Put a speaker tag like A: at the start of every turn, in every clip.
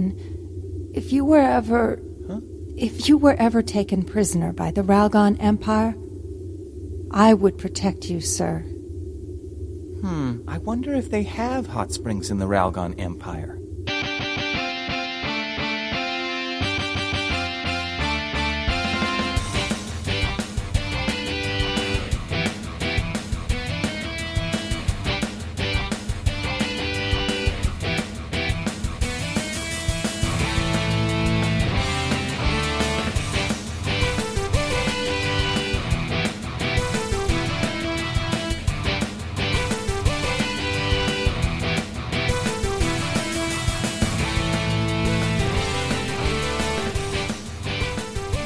A: Captain, if you were ever.
B: Huh?
A: If you were ever taken prisoner by the Ralgon Empire, I would protect you, sir.
B: Hmm, I wonder if they have hot springs in the Ralgon Empire.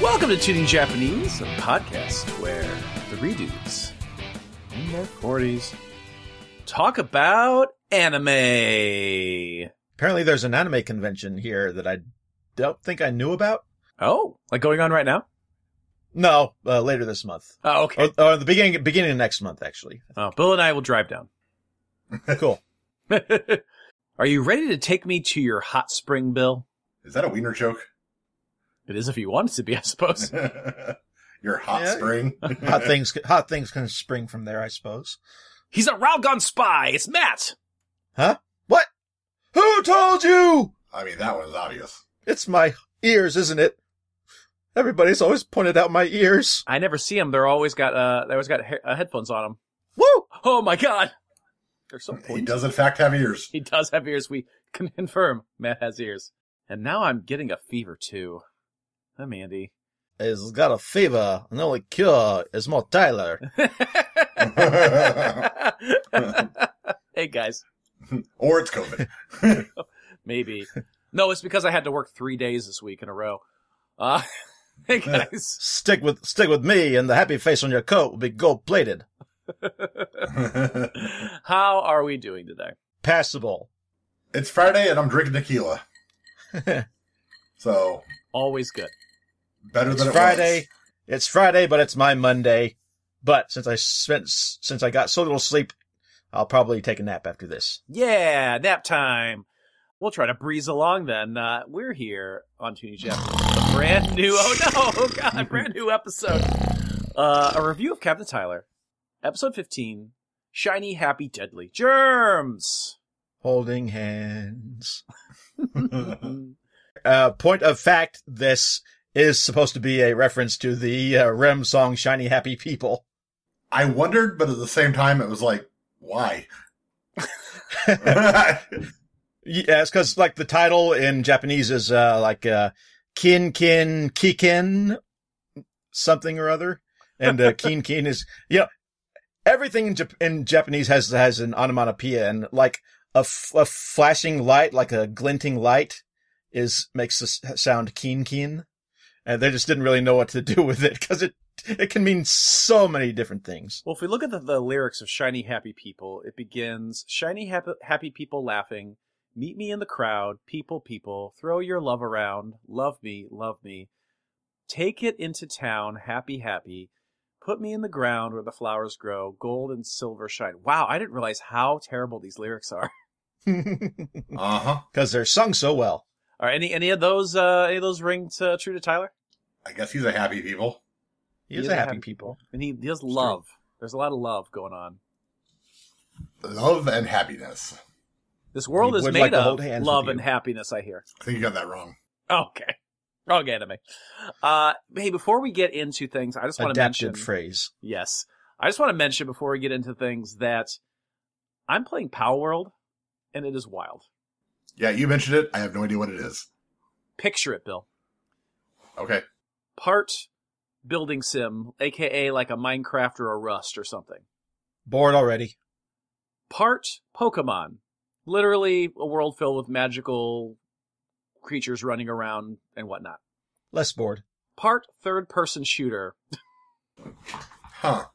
C: Welcome to Tuning Japanese, a podcast where three dudes in their 40s talk about anime.
D: Apparently, there's an anime convention here that I don't think I knew about.
C: Oh, like going on right now?
D: No, uh, later this month,
C: Oh,
D: or,
C: okay.
D: or the beginning beginning of next month, actually.
C: Oh, Bill and I will drive down.
D: Cool.
C: Are you ready to take me to your hot spring, Bill?
E: Is that a wiener joke?
C: It is if you want it to be, I suppose.
E: Your hot
D: Yeah.
E: spring.
D: hot things, hot things can spring from there, I suppose.
C: He's a Ralgon spy. It's Matt.
D: What? Who told you?
E: I mean, that one's obvious.
D: It's my ears, isn't it? Everybody's always pointed out my ears.
C: I never see him. They're always got uh, they always got he- uh, headphones on them.
D: Woo!
C: Oh my god, they're so
E: He
C: pointy.
E: does, in fact, have ears.
C: He does have ears. We can confirm Matt has ears. And now I'm getting a fever too. I'm Andy.
D: He's got a fever, and the only cure is more Tyler.
C: hey guys,
E: Or it's COVID.
C: maybe. No, it's because I had to work three days this week in a row. Uh, hey guys.
D: Stick with, stick with me, and the happy face on your coat will be gold plated.
C: How are we doing today?
D: Passable.
E: it's Friday and I'm drinking tequila. so,
C: Always good.
E: better
D: It's
E: than it
D: Friday. It's Friday, but it's my Monday. But since I spent, since I got so little sleep, I'll probably take a nap after this.
C: Yeah, nap time. We'll try to breeze along then. Uh, we're here on Tuning Japanese, a brand new, oh no, oh god, brand new episode. Uh, a review of Captain Tyler, episode 15, Shiny, Happy, Deadly Germs.
D: Holding hands.
E: was.
D: Uh, point of fact, this is supposed to be a reference to the uh, REM song "Shiny Happy People."
E: I wondered, but at the same time, it was like, why? Uh-huh. yeah,
D: Yes, because like the title in Japanese is uh, like uh, "Kin Kin Kikin" something or other, and uh, "Kin Kin" is you know everything in, Jap- in Japanese has has an onomatopoeia, and like a, f- a flashing light, like a glinting light, is makes the s- sound "Kin Kin," and they just didn't really know what to do with it because it it can mean so many different things.
C: Well, if we look at the, the lyrics of Shiny, Happy People, it begins Shiny, happy, happy People laughing, meet me in the crowd, people, people, throw your love around, love me, love me, take it into town, happy, happy, put me in the ground where the flowers grow, gold and silver shine. Wow, I didn't realize how terrible these lyrics are.
D: Because
E: uh huh.
D: they're sung so well.
C: Are any any of those uh, any of those ring to, true to Tyler?
E: I guess he's a happy people.
D: He is a happy people.
C: and he does love. There's a lot of love going on.
E: Love and happiness.
C: This world
D: He
C: is
D: would
C: made
D: like to
C: of
D: hold hands with
C: love
D: you.
C: and happiness. I hear.
E: I think you got that wrong.
C: Okay. Wrong anime. Uh, hey, before we get into things, I just want to
D: Adapted
C: mention.
D: phrase.
C: yes. I just want to mention before we get into things that I'm playing Power World and it is wild.
E: Yeah, you mentioned it. I have no idea what it is.
C: Picture it, Bill.
E: Okay.
C: Part building sim, aka like a Minecraft or a Rust or something.
D: Bored already.
C: Part Pokemon. Literally a world filled with magical creatures running around and whatnot.
D: Less bored.
C: Part third person shooter,
E: Huh.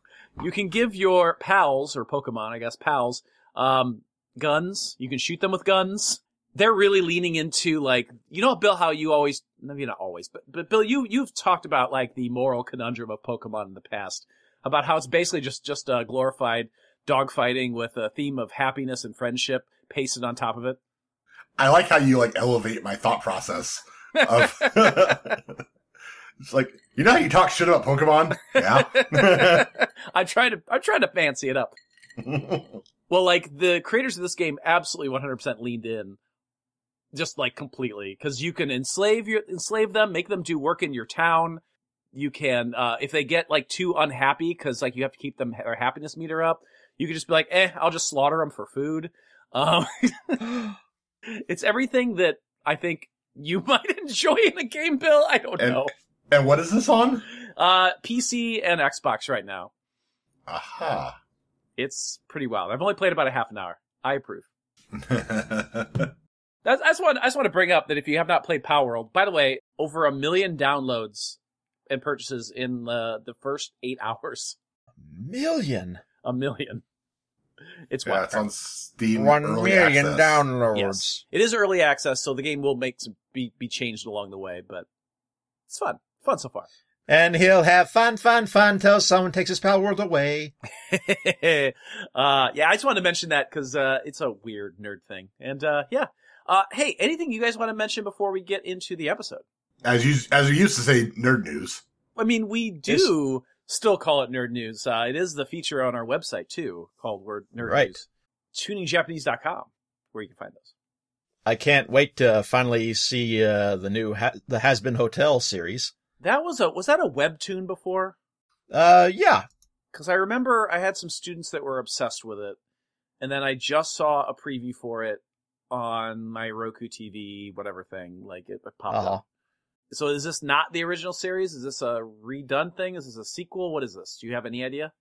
C: You can give your pals or Pokemon, I guess, pals, um, guns. You can shoot them with guns. They're really leaning into like you know, Bill, how you always maybe not always, but but Bill, you you've talked about like the moral conundrum of Pokemon in the past, about how it's basically just just uh, glorified dogfighting with a theme of happiness and friendship pasted on top of it.
E: I like how you like elevate my thought process. Of it's like you know how you talk shit about Pokemon. Yeah.
C: I'm trying to I'm trying to fancy it up. Well, like the creators of this game absolutely 100% leaned in, just like completely, because you can enslave your enslave them, make them do work in your town. You can, uh, if they get like too unhappy, because like you have to keep them their happiness meter up, you can just be like, eh, I'll just slaughter them for food. Um, it's everything that I think you might enjoy in a game, Bill. I don't
E: And-
C: know.
E: and what is this on?
C: Uh, PC and Xbox right now.
E: Aha.
C: It's pretty wild. I've only played about a half an hour. I approve. That's, I just want I just want to bring up that if you have not played Power World, by the way, over a million downloads and purchases in the the first eight hours.
D: Million.
C: A million. It's
E: yeah,
C: wild.
E: it's on Steam.
D: One
E: early
D: million
E: access.
D: downloads.
C: Yes. It is early access, so the game will make some, be be changed along the way, but it's fun. Fun so far.
D: And he'll have fun, fun, fun till someone takes his power world away.
C: uh, yeah, I just wanted to mention that because uh, it's a weird nerd thing. And uh, yeah, uh, hey, anything you guys want to mention before we get into the episode?
E: As you as you used to say, nerd news.
C: I mean, we do still call it nerd news. Uh, it is the feature on our website too, called Word Nerd
D: Right.
C: News. TuningJapanese.com, where you can find those.
D: I can't wait to finally see uh, the new ha- the Has Been Hotel series.
C: That was a was that a webtoon before?
D: Uh, yeah,
C: Because I remember I had some students that were obsessed with it, and then I just saw a preview for it on my Roku TV, whatever thing. Like it, it popped
D: Uh-huh.
C: up. So is this not the original series? Is this a redone thing? Is this a sequel? What is this? Do you have any idea?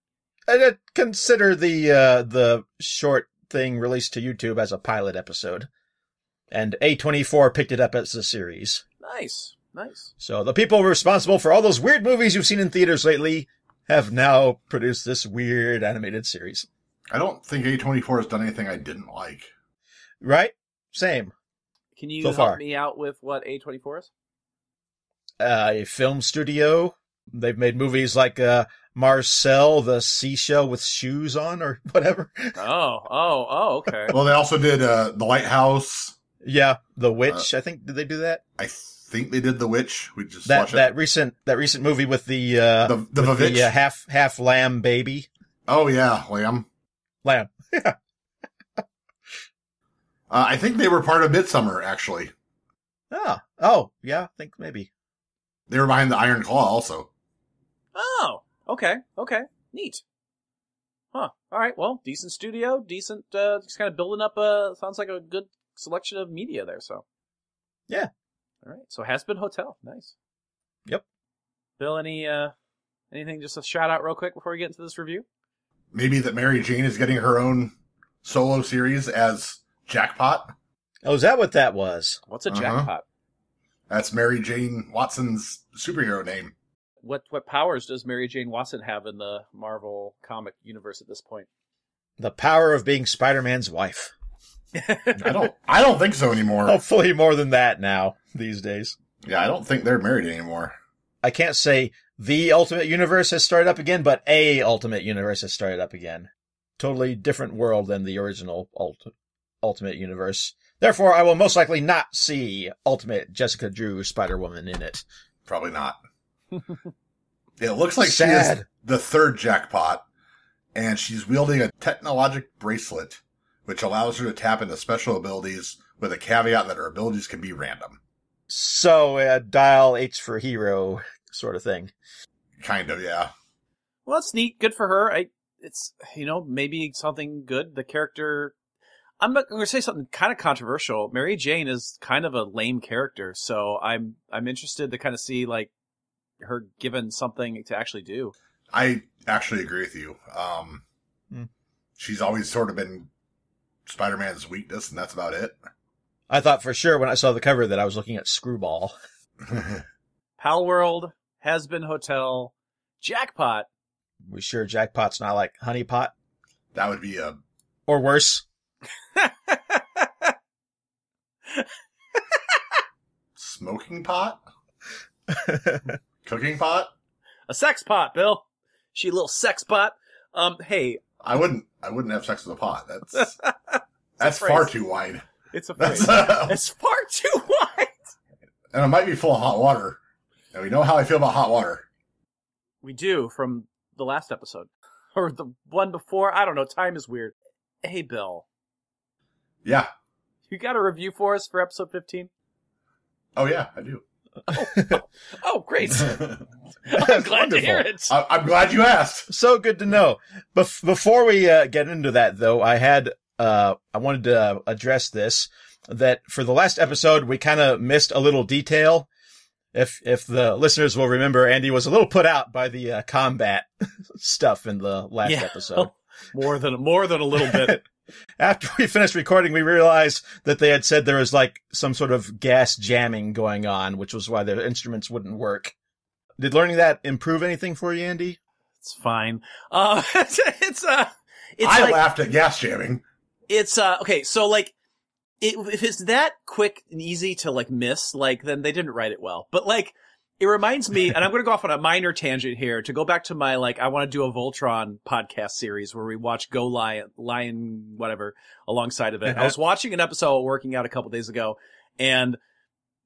D: and uh, consider the uh, the short thing released to YouTube as a pilot episode, and A24 picked it up as a series.
C: Nice, nice.
D: So the people responsible for all those weird movies you've seen in theaters lately have now produced this weird animated series,
E: I don't think A24 has done anything I didn't like.
D: right? Same.
C: Can you
D: So
C: help
D: far.
C: me out with what A24 is?
D: uh, a film studio. They've made movies like uh, Marcel the Seashell with Shoes on or whatever.
C: Oh, oh, oh, okay.
E: Well, they also did uh, The Lighthouse.
D: Yeah, The Witch. I think did they do that?
E: I think they did The Witch. We Uh, just
D: That
E: watched
D: that
E: it.
D: recent that recent movie with the uh,
E: the the
D: with
E: Vavitch.
D: the uh, half half lamb baby
E: Oh yeah, Lamb.
D: lamb.
E: Uh, I think they were part of Midsummer. Actually,
D: Ah, oh yeah, I think maybe.
E: they were behind the Iron Claw. Also,
C: Oh, okay, okay, neat. Huh. All right. Well, decent studio, decent. Uh, just kind of building up. A sounds like a good selection of media there. So.
D: Yeah.
C: All right. So has been hotel. Nice.
D: Yep.
C: Bill, any uh, anything? Just a shout out real quick before we get into this review.
E: maybe that Mary Jane is getting her own solo series as Jackpot.
D: Oh, is that what that was?
C: What's a
E: Uh-huh.
C: jackpot?
E: That's Mary Jane Watson's superhero name.
C: What what powers does Mary Jane Watson have in the Marvel comic universe at this point?
D: The power of being Spider-Man's wife.
E: I don't. I don't think so anymore.
D: Hopefully, more than that now these days.
E: Yeah, I don't think they're married anymore.
D: I can't say the Ultimate Universe has started up again, but a Ultimate Universe has started up again. Totally different world than the original ult- Ultimate Universe. Therefore, I will most likely not see Ultimate Jessica Drew Spider Woman in it.
E: Probably not. it looks like she is
D: Sad.
E: the third jackpot, and she's wielding a technologic bracelet, which allows her to tap into special abilities with a caveat that her abilities can be random.
D: So, uh, dial H for hero sort of thing.
E: Kind of, yeah.
C: Well, that's neat. Good for her. I, it's you know maybe something good. The character. I'm not going to say something kind of controversial. Mary Jane is kind of a lame character, so I'm I'm interested to kind of see like her given something to actually do.
E: I actually agree with you. Um,
D: Hmm.
E: She's always sort of been Spider Man's weakness, and that's about it.
D: I thought for sure when I saw the cover that I was looking at Screwball.
C: Pal World has been hotel jackpot.
D: We sure Jackpot's not like Honeypot
E: that would be a.
D: or worse.
E: Smoking pot? Cooking pot?
C: a sex pot, Bill. She a little sex pot. Um, hey,
E: I wouldn't. I wouldn't have sex with a pot. That's that's
C: a phrase.
E: far too wide.
C: It's a phrase.
E: That's, uh,
C: it's far too wide.
E: and it might be full of hot water. And we know how I feel about hot water.
C: We do from the last episode or the one before. I don't know. Time is weird. Hey, Bill,
E: Yeah.
C: you got a review for us for episode 15?
E: Oh yeah, I do.
C: Oh, great.
E: I,
C: I'm glad to hear
D: Wonderful.
C: it.
E: I'm glad you asked.
D: So good to know. Bef- before we uh, get into that, though, I had uh, I wanted to uh, address this that for the last episode we kind of missed a little detail. If if the listeners will remember, Andy was a little put out by the uh, combat stuff in the last
C: Yeah.
D: episode.
C: More than more than a little bit.
D: After we finished recording, we realized that they had said there was like some sort of gas jamming going on, which was why their instruments wouldn't work. Did learning that improve anything for you, Andy?
C: It's fine. Uh, it's, it's uh, it's
E: I
C: like,
E: laughed at gas jamming.
C: it's uh, okay. So like, it, if it's that quick and easy to like miss, like then they didn't write it well. But like, it reminds me, and I'm going to go off on a minor tangent here to go back to my like, I want to do a Voltron podcast series where we watch Go Lion, Lion, whatever, alongside of it. I was watching an episode while working out a couple days ago, and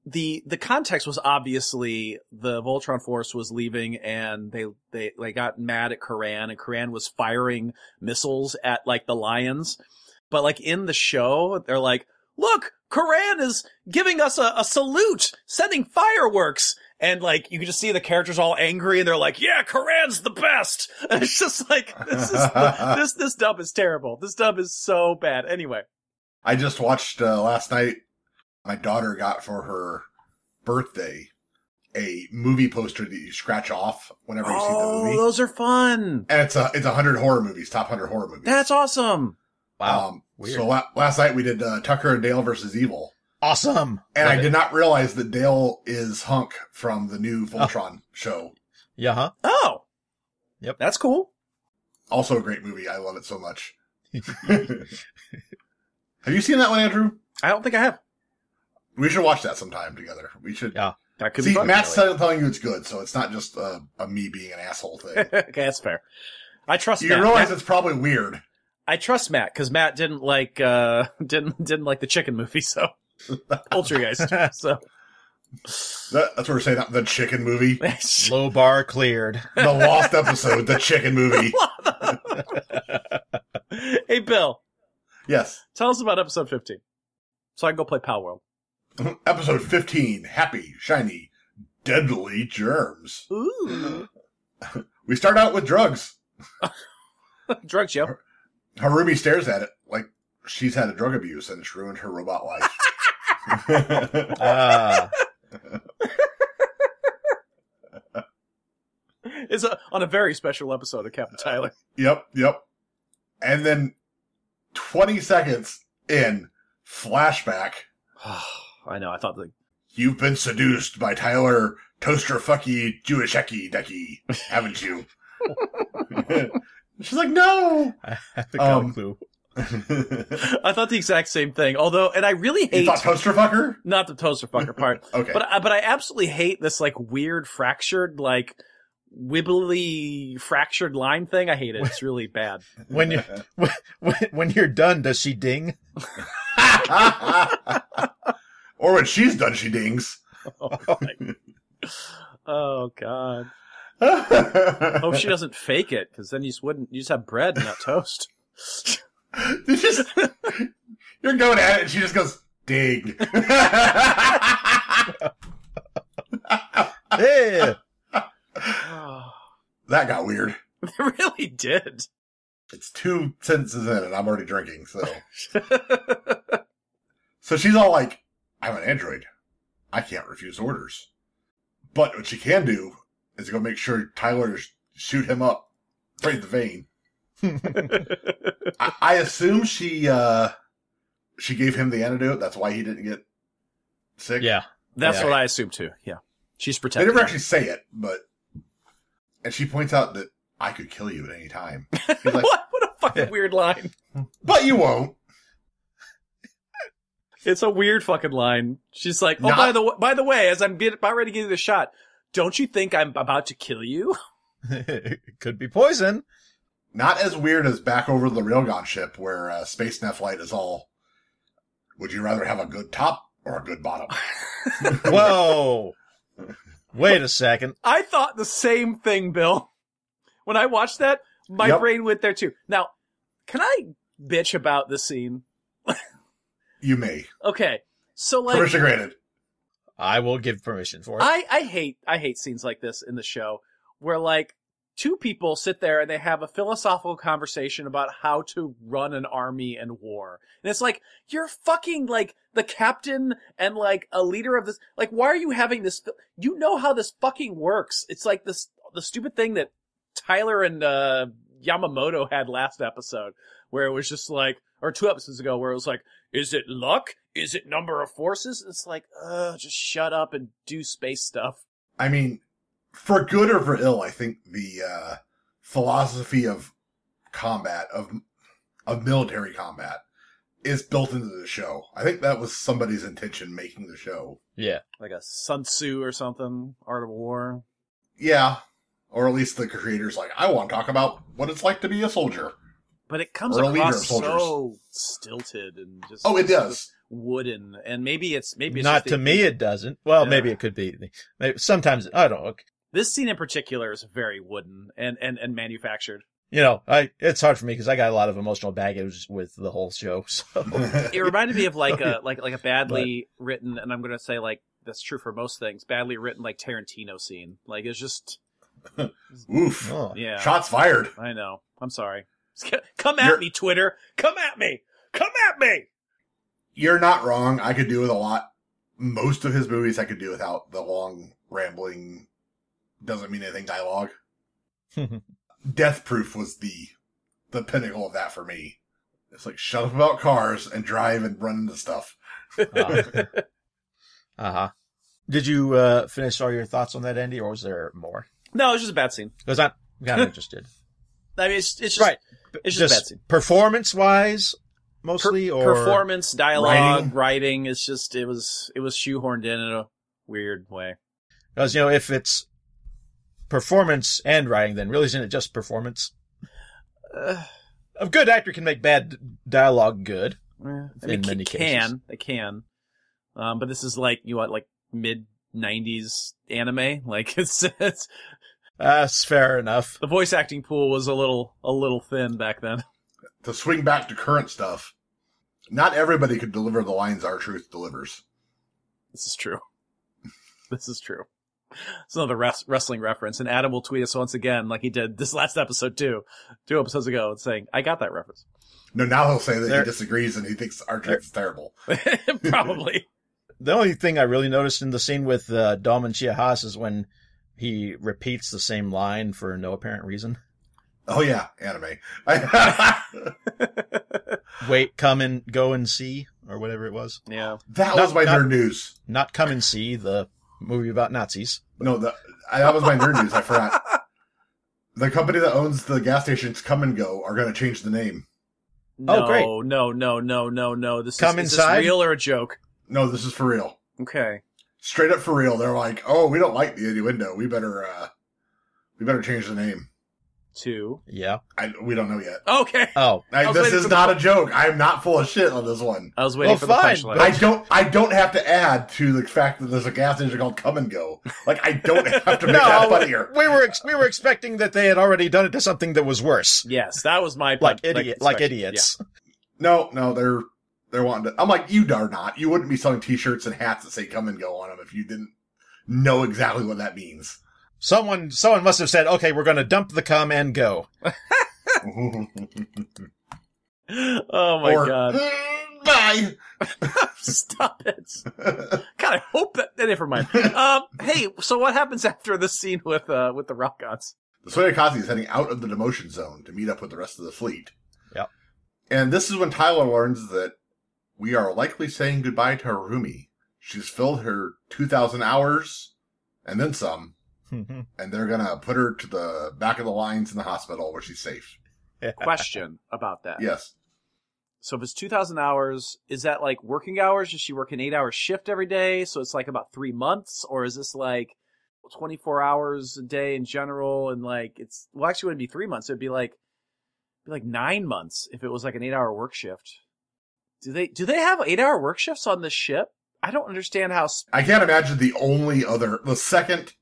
C: the the context was obviously the Voltron force was leaving, and they they they got mad at Koran, and Koran was firing missiles at like the lions, but like in the show, they're like, look, Koran is giving us a, a salute, sending fireworks. And like you can just see the characters all angry, and they're like, "Yeah, Koran's the best." And it's just like this is this this dub is terrible. This dub is so bad. Anyway,
E: I just watched uh, last night. My daughter got for her birthday a movie poster that you scratch off whenever you see the
C: oh,
E: movie.
C: those are fun.
E: And it's a it's a hundred horror movies, top hundred horror movies.
C: That's awesome.
E: Um,
D: Weird.
E: So la- last night we did uh, Tucker and Dale versus Evil,
D: Awesome.
E: and
D: Love
E: I
D: it. Oh.
E: did not realize that Dale is Hunk from the new Voltron show.
D: Yeah. huh?
C: Oh,
D: Yep.
C: that's cool.
E: Also a great movie. I love it so much. Have you seen that one, Andrew?
C: I don't think I have.
E: We should watch that sometime together. We should.
D: Yeah.
C: That could
E: See,
C: be fun.
E: Matt's telling you it's good, so it's not just uh, a me being an asshole thing.
C: okay, that's fair. I trust
E: you
C: Matt.
E: realize
C: Matt-
E: it's probably weird.
C: I trust Matt because Matt didn't like uh didn't didn't like the chicken movie, so poltergeist. so
E: That, that's what we're saying. Not the chicken movie,
D: Low bar cleared.
E: the lost episode, the chicken movie.
C: hey Bill,
E: Yes,
C: tell us about episode fifteen. So I can go play Pal World.
E: episode fifteen. Happy, shiny, deadly germs.
C: Ooh.
E: We start out with drugs.
C: Drugs, yo.
E: Harumi stares at it like she's had a drug abuse and it's ruined her robot life.
D: Ah,
C: It's a, on a very special episode of Captain Tyler.
E: Yep, yep. And then 20 seconds in, flashback.
C: I know, I thought the
E: You've been seduced by Tyler Toaster Fucky Jewish Hecky Decky, haven't you? She's like, no!
D: I haven't got
E: Um,
D: a clue.
E: you
C: I thought the exact same thing. Although and I really hate
E: thought Toaster Fucker?
C: not the toaster fucker part.
E: Okay.
C: But I, but I absolutely hate this like weird fractured like wibbly fractured line thing. I hate it. It's really bad.
D: When you when, when you're done, does she ding?
E: or when she's done, she dings.
C: Oh, my- oh god. Hope she doesn't fake it because then you just wouldn't. You just have bread and not toast.
E: This is- you're going at it, and she just goes, ding.
D: Yeah.
C: Oh,
E: that got weird.
C: it really did.
E: It's two sentences in, and I'm already drinking. So, so she's all like, "I'm an android. I can't refuse orders." But what she can do is go make sure Tyler sh- shoot him up right in the vein. I, I assume she uh she gave him the antidote. That's why he didn't get sick.
D: yeah.
C: That's
D: Yeah.
C: what I assume too. Yeah, she's
E: They
C: protected.
E: never actually say it, but and she points out that I could kill you at any time. He's like,
C: what? What a fucking weird line.
E: but you won't.
C: It's a weird fucking line. She's like, "Oh,
E: Not-
C: by the w- by the way, as I'm get- about ready to give you the shot, don't you think I'm about to kill you?"
D: Could be poison.
E: not as weird as back over the railgun ship where uh, space Neph light is all Would you rather have a good top or a good bottom?
D: Whoa. Wait a second.
C: I thought the same thing, Bill. When I watched that, my
E: Yep.
C: brain went there too. Now, can I bitch about the scene?
E: You may.
C: Okay, so like,
E: Permission granted.
D: I will give permission for it.
C: I I hate I hate scenes like this in the show where like two people sit there and they have a philosophical conversation about how to run an army and war. And it's like you're fucking like the captain and like a leader of this like why are you having this you know how this fucking works. It's like this the stupid thing that Tyler and uh Yamamoto had last episode where it was just like or two episodes ago where it was like is it luck? Is it number of forces? It's like, uh, just shut up and do space stuff.
E: I mean, for good or for ill, I think the uh, philosophy of combat of of military combat is built into the show. I think that was somebody's intention making the show.
D: yeah.
C: Like a Sun Tzu or something, Art of War.
E: Yeah, or at least the creators like I want to talk about what it's like to be a soldier.
C: But it comes
E: Or a leader
C: across
E: of soldiers.
C: so stilted and just
E: Oh, it does.
C: wooden. And maybe it's maybe it's
D: Not
C: just
D: to
C: the-
D: me, it doesn't. Well,
C: Yeah.
D: maybe it could be. Maybe, sometimes I don't. know.
C: This scene in particular is very wooden and and and manufactured.
D: You know, I it's hard for me because I got a lot of emotional baggage with the whole show. So
C: It reminded me of like a like like a badly written, and I'm gonna say like that's true for most things. Badly written like Tarantino scene. Like it's just
E: Oof!
D: oh.
C: yeah.
E: Shots fired.
C: I know. I'm sorry. Come at
E: You're-
C: me, Twitter. Come at me. Come at me.
E: You're not wrong. I could do with a lot. Most of his movies, I could do without the long rambling, doesn't mean anything dialogue. Death Proof was the the pinnacle of that for me. It's like shut up about cars and drive and run into stuff.
D: uh huh. Uh-huh. Did you uh, finish all your thoughts on that, Andy, or was there more?
C: No, it's just a bad scene.
D: Because I'm kind of interested.
C: I mean, it's, it's just
D: Right.
C: It's just, bad scene.
D: performance wise,
C: Per-
D: mostly, or
C: performance, dialogue,
E: Writing?
C: writing. It's just it was it was shoehorned in in a weird way.
D: Because you know, if it's performance and writing, then really isn't it just performance?
C: Uh,
D: A good actor can make bad dialogue good.
C: eh, I
D: In
C: mean,
D: many
C: they can
D: cases.
C: they can, um, but this is like you want like mid '90s anime. Like it's, it's
D: That's fair enough.
C: the voice acting pool was a little a little thin back then.
E: To swing back to current stuff, not everybody could deliver the lines our truth delivers.
C: This is true. this is true. It's another res- wrestling reference, and Adam will tweet us once again, like he did this last episode too, two episodes ago, and saying, "I got that reference."
E: No, now he'll say that
D: There-
E: he disagrees and he thinks our truth is terrible.
C: Probably.
D: The only thing I really noticed in the scene with uh, Dom and Chiahas is when he repeats the same line for no apparent reason.
E: Oh yeah, anime. that
D: Wait, come and go and see, or whatever it was.
C: yeah.
E: was my
D: not-
E: nerd news.
D: Not come and see the movie about Nazis.
E: No, the, I, that was my nerd news. I forgot. The company that owns the gas stations, Come and Go, are going to change the name.
C: No,
D: Oh, great.
C: no, no, no, no, no. This
D: Come
C: is, is
D: inside?
C: this real or a joke?
E: No, this is for real.
C: Okay.
E: straight up for real. They're like, "Oh, we don't like the innuendo. We better, uh, we better change the name."
C: Two.
D: Yeah.
E: I, we don't know yet.
C: Okay.
D: Oh,
E: I,
C: I was
E: this
C: waiting
E: is
C: for the-
E: not a joke. I'm not full of shit on this one.
C: I was waiting
D: Well,
C: for
D: fine,
C: the
D: but-
C: punchline.
E: I don't. I don't have to add to the fact that there's a gas station called Come and Go. Like I don't have to make that funnier.
D: we were ex- we were expecting that they had already done it to something that was worse,
C: Yes, that was my
D: like
C: punch-
D: idiot, like,
C: expected.
D: idiots.
E: No, no, they're they're wanting to. I'm like, you are not. You wouldn't be selling T-shirts and hats that say Come and Go on them if you didn't know exactly what that means.
D: Someone someone must have said, "Okay, we're going to dump the come and go."
C: Yeah. Oh my
E: Or,
C: god.
E: "Mm, Bye.
C: Stop it. God, I hope that eh, never mind. Um hey, so what happens after the scene with uh with the rock gods?
E: The Soyakazi is heading out of the demotion zone to meet up with the rest of the fleet.
D: Yep.
E: And this is when Tyler learns that we are likely saying goodbye to Harumi. She's filled her 2,000 hours and then some, and they're going to put her to the back of the lines in the hospital where she's safe.
C: Question about that.
E: Yes.
C: So if it's two thousand hours, is that like working hours? Does she work an eight hour shift every day? So it's like about three months, or is this like twenty four hours a day in general? And like it's well, actually, it wouldn't be three months. It'd be like it'd be like nine months if it was like an eight hour work shift. Do they do they have eight hour work shifts on this ship? I don't understand how. Sp-
E: I can't imagine the only other, the second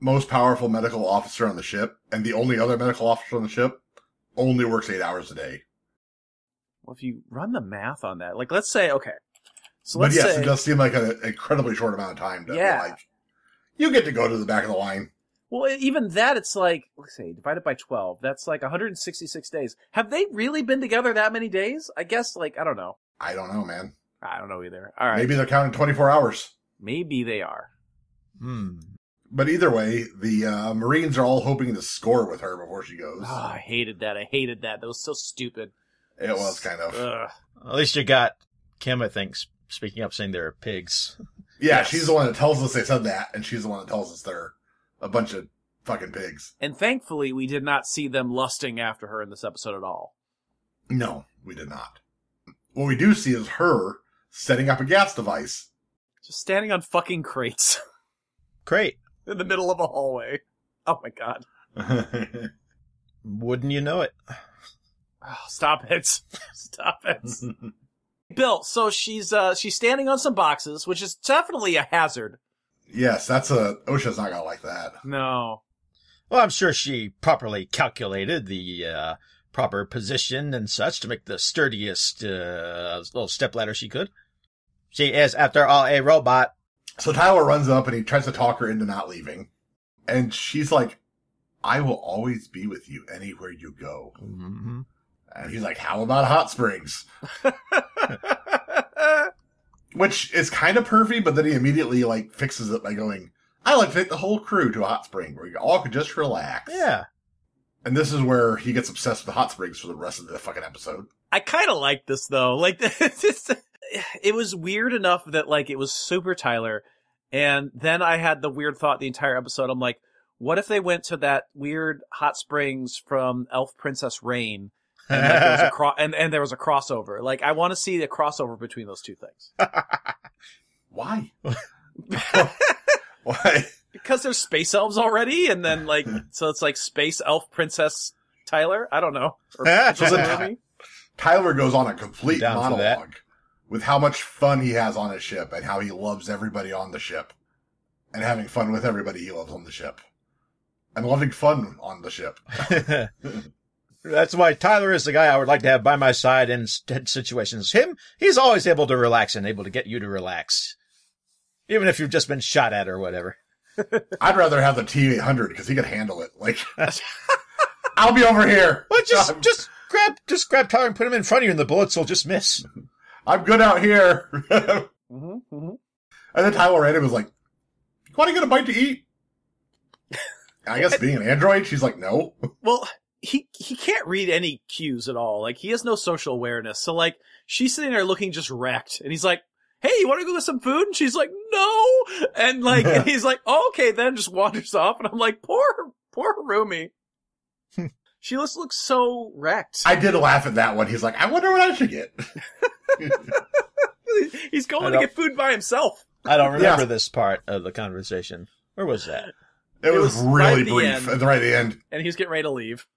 E: most powerful medical officer on the ship, and the only other medical officer on the ship only works eight hours a day.
C: well, if you run the math on that, like let's say okay, so
E: But
C: let's
E: yes,
C: say
E: it does seem like an incredibly short amount of time to
C: Yeah.
E: like. You get to go to the back of the line.
C: well even that it's like let's say divided by twelve, that's like 166 days. Have they really been together that many days? I guess like I don't know.
E: I don't know, man.
C: I don't know either. All right,
E: Maybe they're counting twenty four hours.
C: maybe they are.
D: Hmm.
E: But either way, the uh, Marines are all hoping to score with her before she goes.
C: Oh, I hated that. I hated that. That was so stupid.
E: it was kind of.
C: Ugh.
D: At least you got Kim, I think, s- speaking up, saying they're pigs.
E: yeah,
C: yes.
E: she's the one that tells us they said that, and she's the one that tells us they're a bunch of fucking pigs.
C: And thankfully, we did not see them lusting after her in this episode at all.
E: No, we did not. What we do see is her setting up a gas device.
C: Just standing on fucking crates
D: Great.
C: in the middle of a hallway. Oh my god.
E: That's
D: Wouldn't you know it?
C: Oh, stop it. Stop it. Bill, so she's uh she's standing on some boxes, which is definitely a hazard.
E: yes, that's a OSHA's not gonna like that.
C: No.
D: Well, I'm sure she properly calculated the uh, proper position and such to make the sturdiest uh, little stepladder she could. She is, after all, a robot.
E: So Tyler runs up and he tries to talk her into not leaving, and she's like, "I will always be with you anywhere you go."
D: Mm-hmm.
E: And he's like, "How about hot springs?" Which is kind of pervy, but then he immediately like fixes it by going, "I like to take the whole crew to a hot spring where you all could just relax."
D: Yeah.
E: And this is where he gets obsessed with hot springs for the rest of the fucking episode.
C: I kind of like this though. Like this is- it was weird enough that like it was super Tyler and then I had the weird thought the entire episode. I'm like, what if they went to that weird hot springs from Elf Princess Rain and, like, there was a cro- and, and there was a crossover. Like I want to see a crossover between those two things.
E: Why? Why?
C: because there's space elves already, and then like so it's like space elf princess Tyler. I don't know. Or princess
E: Wasn't-
C: Naomi.
E: Tyler goes on a complete
D: Down for that.
E: monologue with how much fun he has on his ship and how he loves everybody on the ship and having fun with everybody he loves on the ship and loving fun on the ship.
D: That's why Tyler is the guy I would like to have by my side in st- situations. Him, he's always able to relax and able to get you to relax. Even if you've just been shot at or whatever.
E: I'd rather have the T 800 because he could handle it. Like, I'll be over here.
D: Well, just,
E: I'm,
D: just grab, just grab Tyler and put him in front of you and the bullets will just miss.
E: I'm good out here. and
C: Mhm, mhm.
E: then Tyler Random was like, You want to get a bite to eat? And I guess being an android, she's like, No.
C: Well, he he can't read any cues at all. Like he has no social awareness. So like she's sitting there looking just wrecked, and he's like. Hey, you want to go get some food? And she's like, no. And like, and he's like, oh, okay, then just wanders off. And I'm like, poor, poor Rumi. she just looks so wrecked.
E: I did laugh at that one. He's like, I wonder what I should get.
C: He's
D: I
C: going to
D: don't-
C: get food by himself.
D: I don't remember
E: Yeah.
D: this part of the conversation. Where was that?
E: It, was,
C: was right
E: really
C: at the end.
E: brief at the right at the end.
C: and he's getting ready to leave.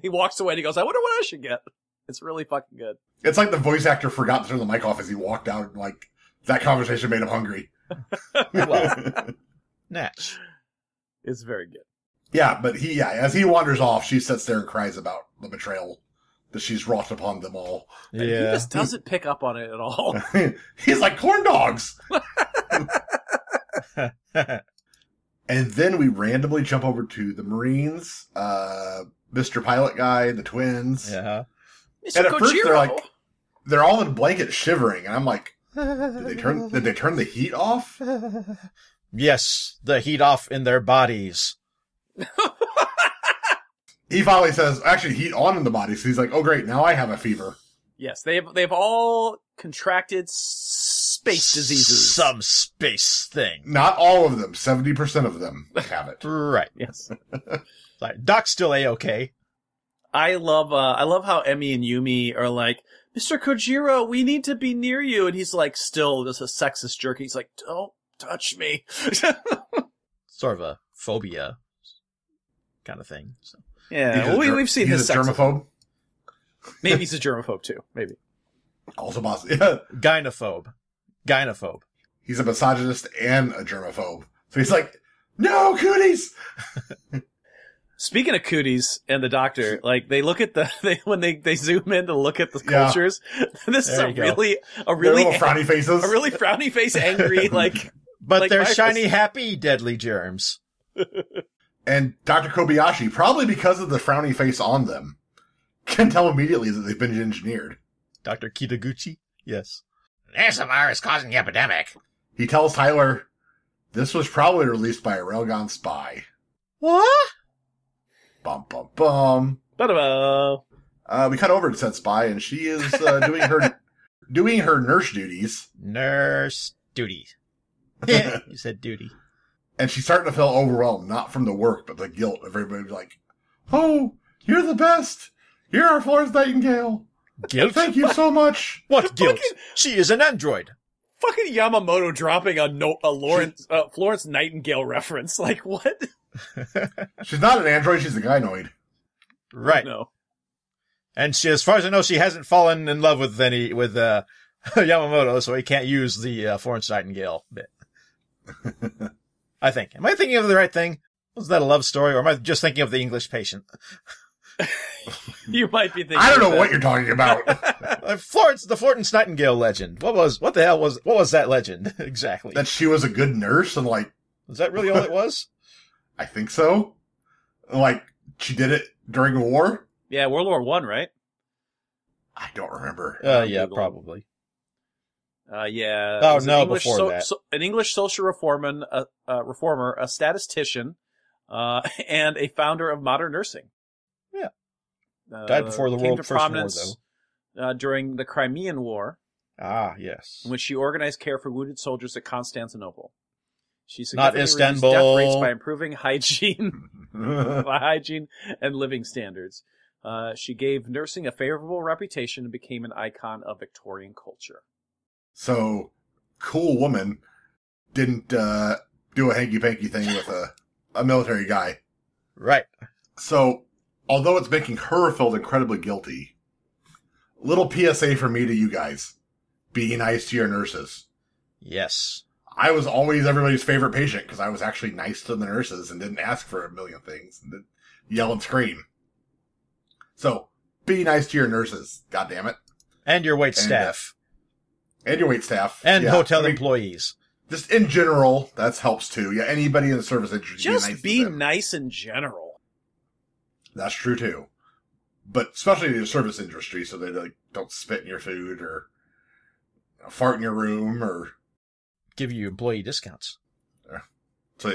C: He walks away and he goes, I wonder what I should get. It's really fucking good.
E: It's like the voice actor forgot to turn the mic off as he walked out. Like that conversation made him hungry.
D: Well, Natch.
C: It's very good.
E: Yeah, but he yeah, as he wanders off, she sits there and cries about the betrayal that she's wrought upon them all.
C: And he
D: Yeah.
C: just doesn't pick up on it at all.
E: He's like corn dogs. And then we randomly jump over to the Marines, uh, Mr. Pilot guy, the twins.
D: yeah.
C: Mr.
E: And at first they're
C: Kojiro!
E: like, they're all in blanket shivering, and I'm like, did they turn? Did they turn the heat off?
D: Yes, the heat off in their bodies.
E: He finally says, actually, heat on in the body. So he's like, oh, great. Now I have a fever.
C: Yes, they've they've all contracted s- space diseases.
D: Some space thing.
E: Not all of them, 70% of them have it.
D: Right.
C: Yes.
D: Like, Doc's still a okay.
C: I love uh I love how Emmy and Yumi are like, Mr. Kojiro, we need to be near you and he's like still just a sexist jerk. He's like, Don't touch me.
D: Sort of a phobia kind of thing. So.
E: He's
C: yeah.
E: a
C: well, we,
E: ger-
C: we've seen
E: he's
C: his
E: a
C: sexism.
E: germaphobe.
C: Maybe he's a germaphobe too. Maybe.
E: Also, boss. Yeah,
D: Gynophobe. Gynophobe.
E: he's a misogynist and a germaphobe. So he's like, no cooties.
C: Speaking of cooties and the doctor, like they look at the they when they they zoom in to look at the
E: Yeah.
C: cultures. This is
D: There
C: a
D: you go.
C: really a
E: Their
C: really
E: little frowny faces.
C: a really frowny face, angry like
D: But
C: Like
D: they're
C: virus.
D: shiny, happy, deadly germs.
E: and Dr. Kobayashi, probably because of the frowny face on them, can tell immediately that they've been engineered.
D: Dr. Kitaguchi? Yes.
F: There's a virus causing the epidemic.
E: He tells Tyler, this was probably released by a Railgun spy.
D: What?
E: Bum, bum, bum.
C: ba
E: Uh, we cut over to said spy, and she is uh, doing her doing her nurse duties,
D: Nurse duty. Yeah, you said duty.
E: and she's starting to feel overwhelmed, not from the work, but the guilt of everybody like, "Oh, you're the best. You're our Florence Nightingale.
D: Guilt?
E: Thank you so much."
D: What guilt? She is an android.
C: Fucking Yamamoto dropping a no, a Lawrence uh, Florence Nightingale reference. Like what?
E: She's not an android; she's a gynoid.
D: Right.
C: No.
D: And she, as far as I know, she hasn't fallen in love with any, with, uh, Yamamoto, so he can't use the, uh, Florence Nightingale bit. I think. Am I thinking of the right thing? Was that a love story, or am I just thinking of the English patient?
C: You might be thinking.
E: I don't
C: of
E: know what
C: that.
E: you're talking about.
D: Uh, Florence, the Florence Nightingale legend. What was, what the hell was, what was that legend exactly?
E: that she was a good nurse and like
D: was that really all it was?
E: I think so. Like she did it during war.
C: Yeah, World War One, right?
E: I don't remember.
D: Uh, yeah,
C: Google.
D: probably.
C: Uh, yeah.
D: Oh,
C: It was an
D: no,
C: English
D: before that.
C: an English social reformer, a, a reformer, a statistician, uh, and a founder of modern nursing.
D: Yeah.
C: Uh,
D: Died before the
C: came
D: World
C: to
D: First War,
C: prominence, Uh, during the Crimean War,
D: Ah, yes.
C: in which she organized care for wounded soldiers at Constantinople. She
D: Not
C: significantly reduced death
D: Istanbul.
C: rates by improving hygiene by hygiene and living standards. Uh, she gave nursing a favorable reputation and became an icon of Victorian culture.
E: so cool woman didn't uh, do a hanky panky thing with a, a military guy.
D: Right.
E: So although it's making her feel incredibly guilty, little PSA for me to you guys: be nice to your nurses.
D: Yes.
E: I was always everybody's favorite patient because I was actually nice to the nurses and didn't ask for a million things and didn't yell and scream. So be nice to your nurses, God damn it,
D: And your wait
E: And, uh,
D: staff.
E: and your wait staff
D: And
E: Yeah,
D: hotel
E: I mean,
D: employees.
E: Just in general, that helps too. Yeah, anybody in the service industry.
C: Just
E: nice to
C: be
E: them.
C: nice in general.
E: That's true too, but especially in the service industry, so they like don't spit in your food or you know, fart in your room or
D: Give you employee discounts.
E: so.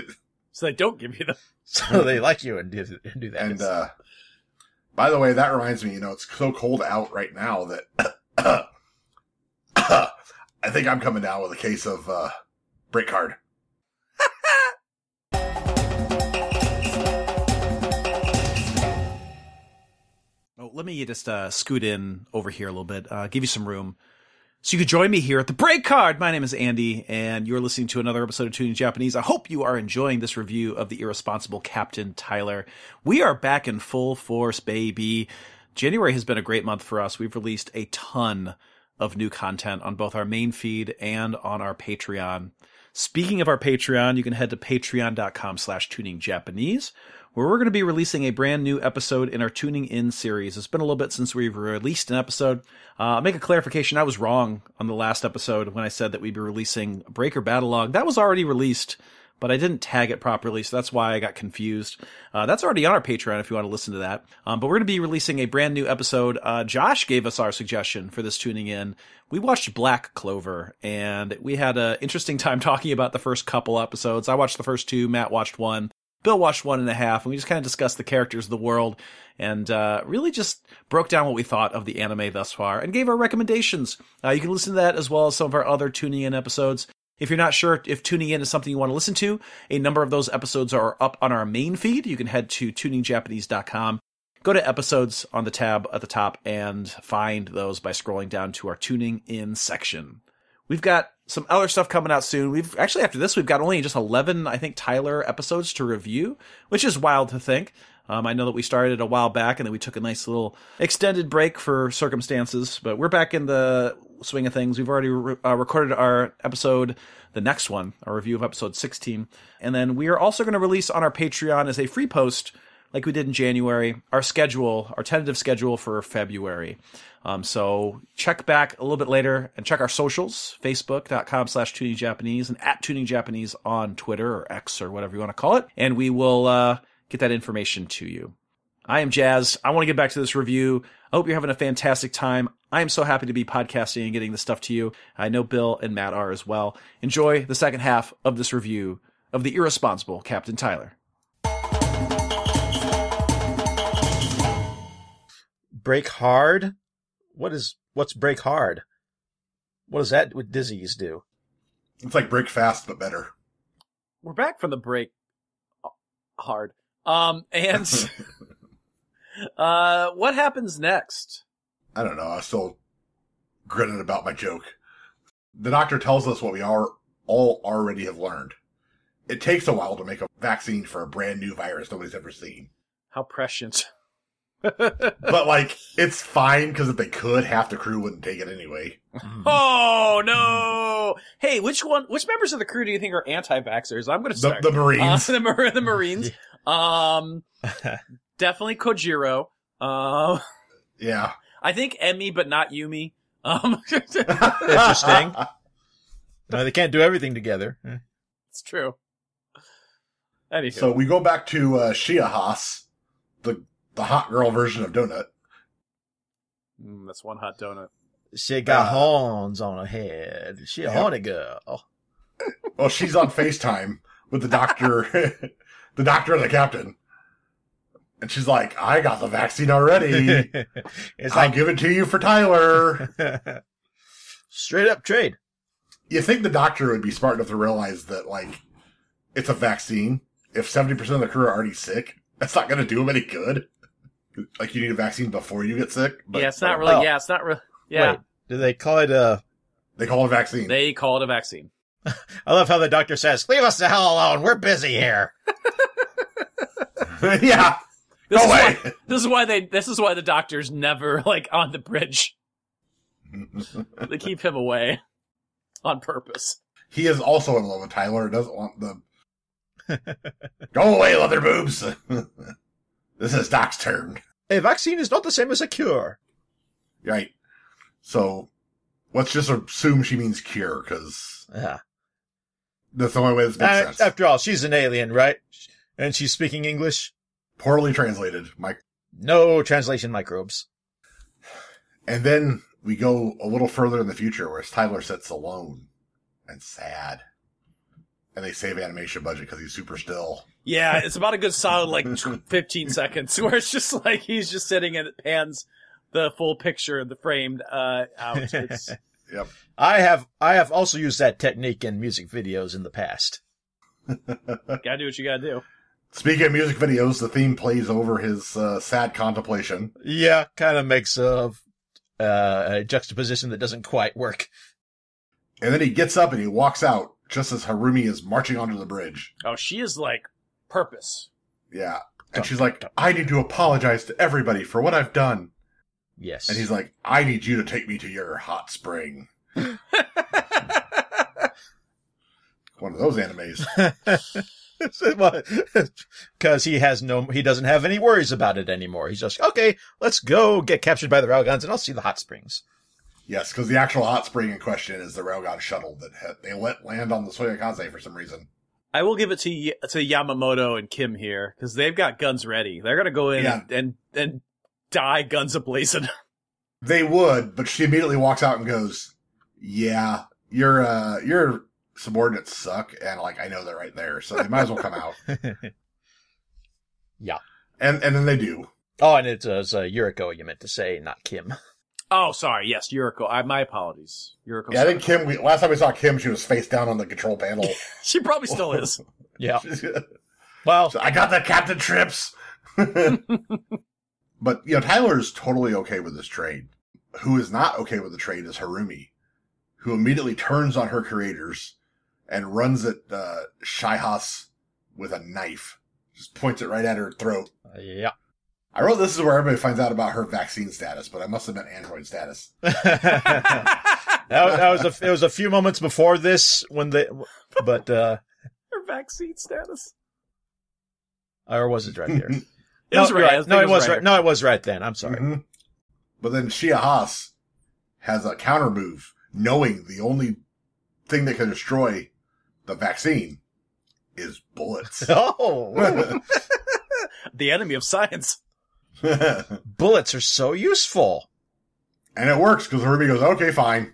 C: So they don't give you the.
D: So they like you and do, and do that.
E: And uh by the way, that reminds me, you know, it's so cold out right now that I think I'm coming down with a case of uh break card.
C: Oh, let me just uh, scoot in over here a little bit, uh, give you some room. So you can join me here at the break card. My name is Andy, and you're listening to another episode of Tuning Japanese. I hope you are enjoying this review of the irresponsible Captain Tyler. We are back in full force, baby. January has been a great month for us. We've released a ton of new content on both our main feed and on our Patreon. Speaking of our Patreon, you can head to patreon.com slash tuning Japanese, where we're going to be releasing a brand new episode in our Tuning In series. It's been a little bit since we've released an episode. Uh, I'll make a clarification. I was wrong on the last episode when I said that we'd be releasing Breaker Battlelog. That was already released, but I didn't tag it properly, so that's why I got confused. Uh, that's already on our Patreon if you want to listen to that. Um, but we're going to be releasing a brand new episode. Uh, Josh gave us our suggestion for this tuning in. We watched Black Clover, and we had an interesting time talking about the first couple episodes. I watched the first two, Matt watched one. Bill watched one and a half, and we just kind of discussed the characters of the world and uh, really just broke down what we thought of the anime thus far and gave our recommendations. Uh, you can listen to that as well as some of our other tuning in episodes. If you're not sure if tuning in is something you want to listen to, a number of those episodes are up on our main feed. You can head to tuningjapanese.com, go to episodes on the tab at the top, and find those by scrolling down to our tuning in section. We've got some other stuff coming out soon. We've actually after this, we've got only just eleven, I think, Tyler episodes to review, which is wild to think. Um, I know that we started a while back and then we took a nice little extended break for circumstances, but we're back in the swing of things. We've already re- uh, recorded our episode, the next one, a review of episode 16. And then we are also going to release on our Patreon as a free post, like we did in January, our schedule, our tentative schedule for February. Um, so check back a little bit later and check our socials, facebook.com slash tuning Japanese and at tuning Japanese on Twitter or X or whatever you want to call it. And we will, uh, get that information to you. I am Jazz. I want to get back to this review. I hope you're having a fantastic time. I am so happy to be podcasting and getting this stuff to you. I know Bill and Matt are as well. Enjoy the second half of this review of the irresponsible Captain Tyler.
D: Break hard. What is what's break hard? What does that with disease do?
E: It's like break fast, but better.
C: We're back from the break uh, hard. Um, and uh, what happens next?
E: I don't know. I still grinning about my joke. The doctor tells us what we are all already have learned. It takes a while to make a vaccine for a brand new virus nobody's ever seen.
C: How prescient.
E: But like, it's fine because if they could, half the crew wouldn't take it anyway.
C: Oh no! Hey, which one? Which members of the crew do you think are anti-vaxxers? I'm going to
E: The,
C: start
E: the Marines.
C: Uh, the, Mar- the Marines. Um, definitely Kojiro. Uh,
E: yeah.
C: I think Emmy, but not Yumi. Um,
D: Interesting. No, they can't do everything together.
E: Hmm.
C: it's true. Anywho,
E: So we go back to uh, Shia Haas, the the hot girl version of Donut.
C: Mm, that's one hot donut.
D: She got
E: Uh,
D: horns on her head. She a
E: yeah.
D: horny girl.
E: Well, she's on FaceTime with the doctor, the doctor and the captain, and she's like, "I got the vaccine already.
D: it's
E: I'll give it to you for Tyler."
D: like straight up trade.
E: you think the doctor would be smart enough to realize that, like, it's a vaccine. If seventy percent of the crew are already sick, that's not going to do them any good. Like, you need a vaccine before you get sick.
C: yeah, it's not
E: whatever.
C: really.
D: Oh.
C: Yeah, it's not really. Yeah,
D: Wait, do they call it uh
E: They call it a vaccine.
C: they call it a vaccine.
D: I love how the doctor says,
F: Leave us the hell alone. We're busy here.
E: yeah,
C: This
E: go
C: is
E: away.
C: Why, this is why they. This is why the doctor's never like on the bridge. They keep him away on purpose.
E: He is also in love with Tyler. Doesn't want the go away, leather boobs. this is Doc's turn,
D: "A vaccine is not the same as a cure."
E: right? So let's just assume she means cure because
D: Yeah.
E: that's the only way this makes
D: Uh,
E: sense.
D: after all, she's an alien, right? And she's speaking English.
E: Poorly translated, Mike.
D: No translation microbes.
E: And then we go a little further in the future, where Tyler sits alone and sad, and they save animation budget because he's super still.
C: Yeah, it's about a good solid like 15 seconds where it's just like he's just sitting and it pans the full picture, the framed uh, out. It's,
E: Yep.
D: I have I have also used that technique in music videos in the past.
C: gotta do what you gotta do.
E: Speaking of music videos, the theme plays over his uh, sad contemplation.
D: Yeah, kind of makes of uh, a juxtaposition that doesn't quite work.
E: And then he gets up and he walks out just as Harumi is marching onto the bridge.
C: Oh, she is like purpose.
E: Yeah. And she's like, I need to apologize to everybody for what I've done.
D: Yes,
E: And he's like, I need you to take me to your hot spring. One of those animes.
D: because he has no he doesn't have any worries about it anymore. He's just okay. Let's go get captured by the Railguns, and I'll see the hot springs.
E: yes, because the actual hot spring in question is the Railgun shuttle that ha- they let land on the Soyakaze for some reason.
C: I will give it to Y- to Yamamoto and Kim here because they've got guns ready. They're gonna go in
E: Yeah.
C: and, and and die guns ablazing.
E: They would, but she immediately walks out and goes, Yeah, your uh your subordinates suck and like I know they're right there, so they might as well come out.
D: Yeah.
E: And and then they do.
D: Oh, and it was uh, Yuriko you meant to say, not Kim.
C: Oh, sorry. Yes, Yuriko. I, my apologies, Yuriko.
E: Yeah, I think Kim. We, last time we saw Kim, she was face down on the control panel.
C: she probably still is.
D: Yeah.
E: So,
D: Well,
E: I got the captain trips. but you know, Tyler is totally okay with this trade. Who is not okay with the trade is Harumi, who immediately turns on her creators and runs at uh, Shihas with a knife. Just points it right at her throat.
D: Yeah.
E: I wrote this is where everybody finds out about her vaccine status, but I must have meant android status.
D: that, was- that was a, it was a few moments before this when they, but, uh,
C: Her vaccine status.
D: or was it right here?
C: It was
D: no,
C: right. I
D: No,
C: think
D: it was right.
C: right.
D: No, it was right then. I'm sorry.
E: Mhm. But then Shia Haas has a counter move, knowing the only thing that can destroy the vaccine is bullets.
D: Oh,
C: The enemy of science.
E: and
D: bullets are so useful.
E: it works because Ruby goes, okay, fine.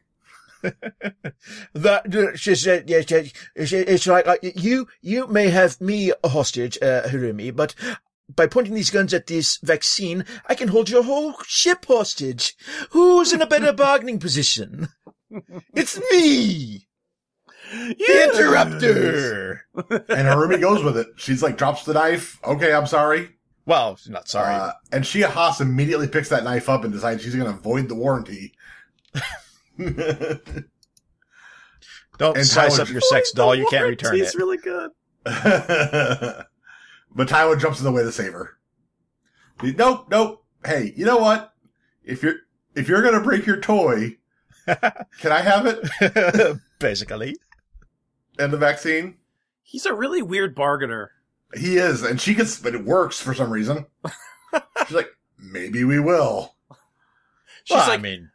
D: That uh, she said, yes, yes, yes, it's like uh, you, you may have me hostage, uh, Hirumi, but by pointing these guns at this vaccine, I can hold your whole ship hostage. Who's in a better bargaining position? It's me, the
C: Yeah.
D: interrupter.
E: And Harumi goes with it. She's like, drops the knife. Okay, I'm sorry.
D: Well, not sorry.
E: Uh, and Shia Haas immediately picks that knife up and decides she's going to void the warranty.
D: Don't
E: and
D: size
E: Tyler-
D: up your sex doll. You can't return
C: He's
D: it.
C: really good.
E: but Tyler jumps in the way to save her. He- Nope, nope. Hey, you know what? If you're if you're gonna break your toy, can I have it
D: Basically.
E: and the vaccine?
C: He's a really weird bargainer.
E: He is, and she gets, but it works for some reason. She's like, maybe we will.
C: She's
D: well,
C: like,
D: I mean,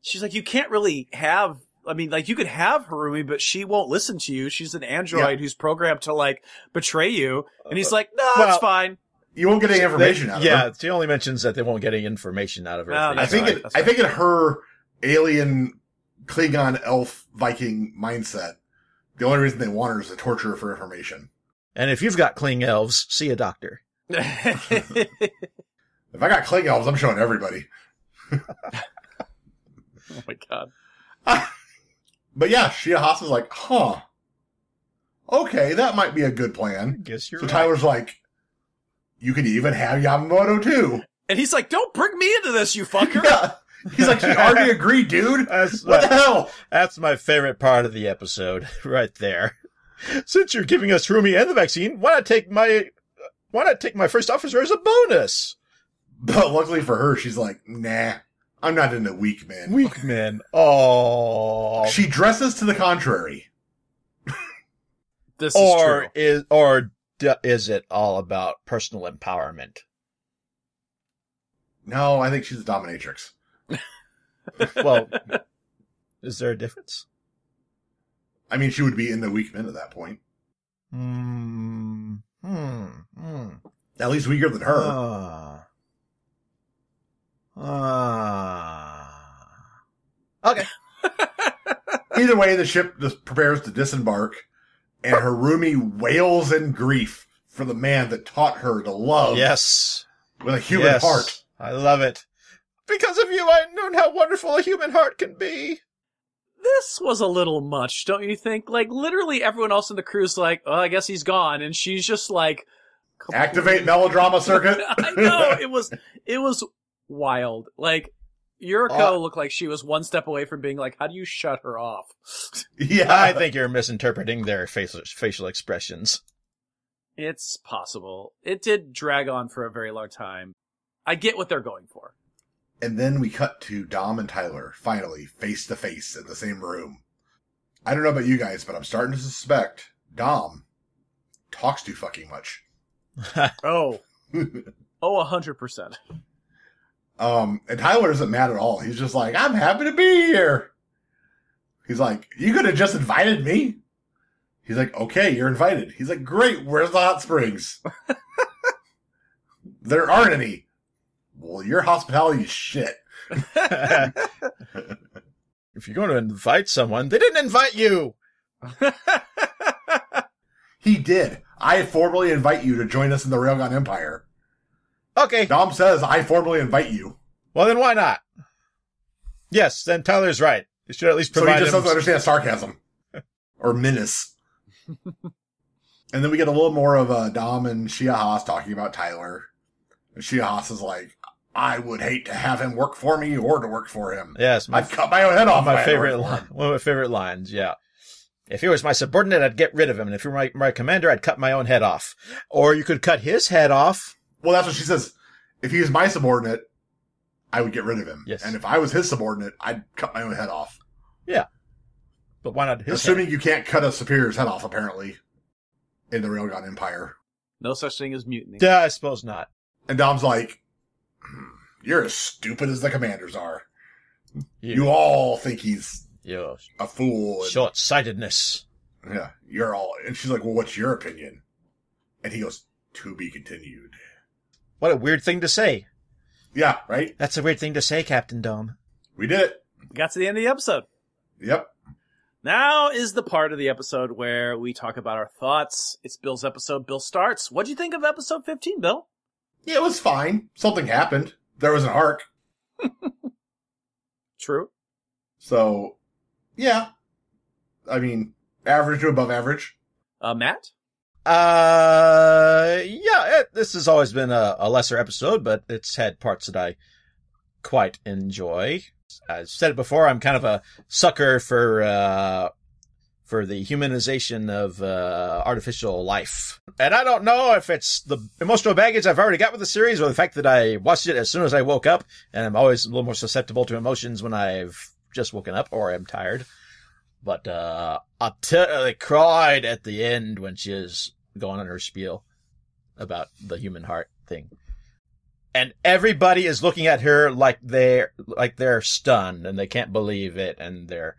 C: she's like, you can't really have. I mean, like you could have Harumi, but she won't listen to you. She's an android who's programmed to like betray you. And he's like, no,
D: Uh, Well,
C: it's fine.
E: You won't get any information
D: they-
E: out of
D: yeah,
E: her.
D: she only mentions that they won't get any information out of her.
C: No,
D: if they
E: I
C: that's
E: think
D: try.
C: right,
E: it,
C: that's
E: I think in her alien Klingon elf Viking mindset, the only reason they want her is to torture her for information.
D: And if you've got Kling elves, see a doctor.
C: oh
E: If I got Kling elves, I'm showing everybody.
C: Oh my god.
E: But yeah, Shia Haas is like, huh. Okay, that might be a good plan.
D: Guess you're
E: So Tyler's like, you can even have Yamamoto too.
C: And he's like, don't bring me into this, you fucker.
E: Yeah. He's like, she already agreed, dude.
D: That's,
E: What the
D: that-
E: hell?
D: that's my favorite part of the episode, right there. Since you're giving us Rumi and the vaccine, why not take my why not take my first officer as a bonus?
E: But luckily for her, she's like, nah, I'm not into weak men.
D: Weak men. Oh,
E: she dresses to the contrary.
C: This is true.
D: or is or d- is it all about personal empowerment?
E: No, I think she's a dominatrix.
D: Well, is there a difference?
E: I mean, she would be in the weak men at that point.
D: Hmm. Hmm. Hmm.
E: At least weaker than her.
D: Ah. Ah. Okay.
E: Either way, the ship just prepares to disembark, and Harumi wails in grief for the man that taught her to love
D: yes.
E: with a human
D: Yes.
E: heart.
D: I love it. Because of you, I've known how wonderful a human heart can be.
C: this was a little much, don't you think? Like literally everyone else in the crew's like, oh, I guess he's gone, and she's just like,
E: Activate melodrama circuit.
C: I know it was it was wild. Like Yuriko
D: Uh,
C: looked like she was one step away from being like, how do you shut her off?
E: yeah,
D: I think you're misinterpreting their facial, facial expressions.
C: It's possible. It did drag on for a very long time. I get what they're going for.
E: And then we cut to Dom and Tyler finally face to face in the same room. I don't know about you guys, but I'm starting to suspect Dom talks too fucking much.
C: Oh. oh, a hundred percent.
E: Um, and Tyler isn't mad at all. He's just like, I'm happy to be here. He's like, you could have just invited me. He's like, okay, you're invited. He's like, great. Where's the hot springs? there aren't any. Well, your hospitality is shit.
D: if you're going to invite someone, they didn't invite you.
E: He did. I formally invite you to join us in the Railgun Empire.
D: Okay.
E: Dom says, I formally invite you.
D: Well, then why not? Yes, then Tyler's right. You should at least
E: So he
D: provide
E: just
D: him
E: doesn't understand sarcasm or menace. and then we get a little more of uh, Dom and Shia Haas talking about Tyler. And Shia Haas is like, I would hate to have him work for me or to work for him.
D: Yes, my
E: I'd cut my own head off.
D: my
E: if I had to
D: favorite
E: work for
D: line,
E: him.
D: one of my favorite lines. Yeah, If he was my subordinate, I'd get rid of him. And if he were my, my commander, I'd cut my own head off. Or you could cut his head off.
E: Well, that's what she says. If he was my subordinate, I would get rid of him.
D: Yes.
E: And if I was his subordinate, I'd cut my own head off.
D: But why not his
E: Assuming
D: head?
E: you can't cut a superior's head off, apparently, in the Railgun Empire.
C: No such thing as mutiny.
D: Yeah, I suppose not.
E: And Dom's like, "Hmm, "You're as stupid as the commanders are.
D: You,
E: You all think he's
D: you
E: a fool." and-
D: short-sightedness.
E: Yeah, you're all. And she's like, "Well, what's your opinion?" And he goes, "To be continued."
D: What a weird thing to say.
E: Yeah, right.
D: That's a weird thing to say, Captain Dome.
E: We did it.
C: Got to the end of the episode.
E: Yep.
C: Now is the part of the episode where we talk about our thoughts. It's Bill's episode. Bill starts. What'd you think of episode 15, Bill?
E: Yeah, it was fine. Something happened. There was an arc.
C: True.
E: So, yeah. I mean, average to above average.
C: Uh, Matt?
D: Uh, yeah, it, this has always been a, a lesser episode, but it's had parts that I quite enjoy. I've said it before, I'm kind of a sucker for, uh, for the humanization of, uh, artificial life. And I don't know if it's the emotional baggage I've already got with the series or the fact that I watched it as soon as I woke up and I'm always a little more susceptible to emotions when I've just woken up or I'm tired. But, uh, I totally cried at the end when she is going on her spiel about the human heart thing. And everybody is looking at her like they're, like they're stunned and they can't believe it and they're,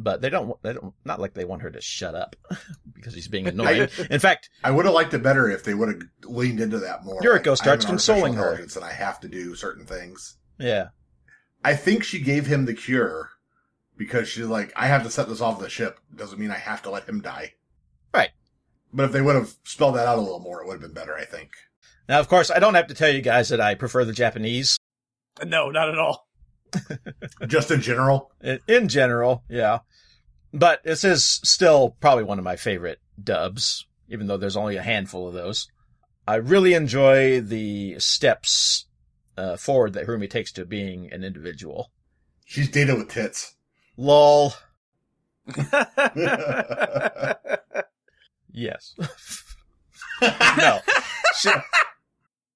D: but they don't, they don't, not like they want her to shut up because he's being annoying. In fact,
E: I would have liked it better if they would have leaned into that more.
D: Yuriko
E: Like, I'm
D: starts
E: an artificial
D: consoling her.
E: intelligence And I have to do certain things.
D: yeah,
E: I think she gave him the cure because she's like, I have to set this off the ship. Doesn't mean I have to let him die.
D: Right.
E: But if they would have spelled that out a little more, it would have been better, I think.
D: Now, of course, I don't have to tell you guys that I prefer the Japanese
C: No, not at all.
E: Just in general.
D: in, in general. Yeah. But this is still probably one of my favorite dubs, even though there's only a handful of those. I really enjoy the steps uh, forward that Hirumi takes to being an individual.
E: She's dated with tits.
D: Lol. Yes. no.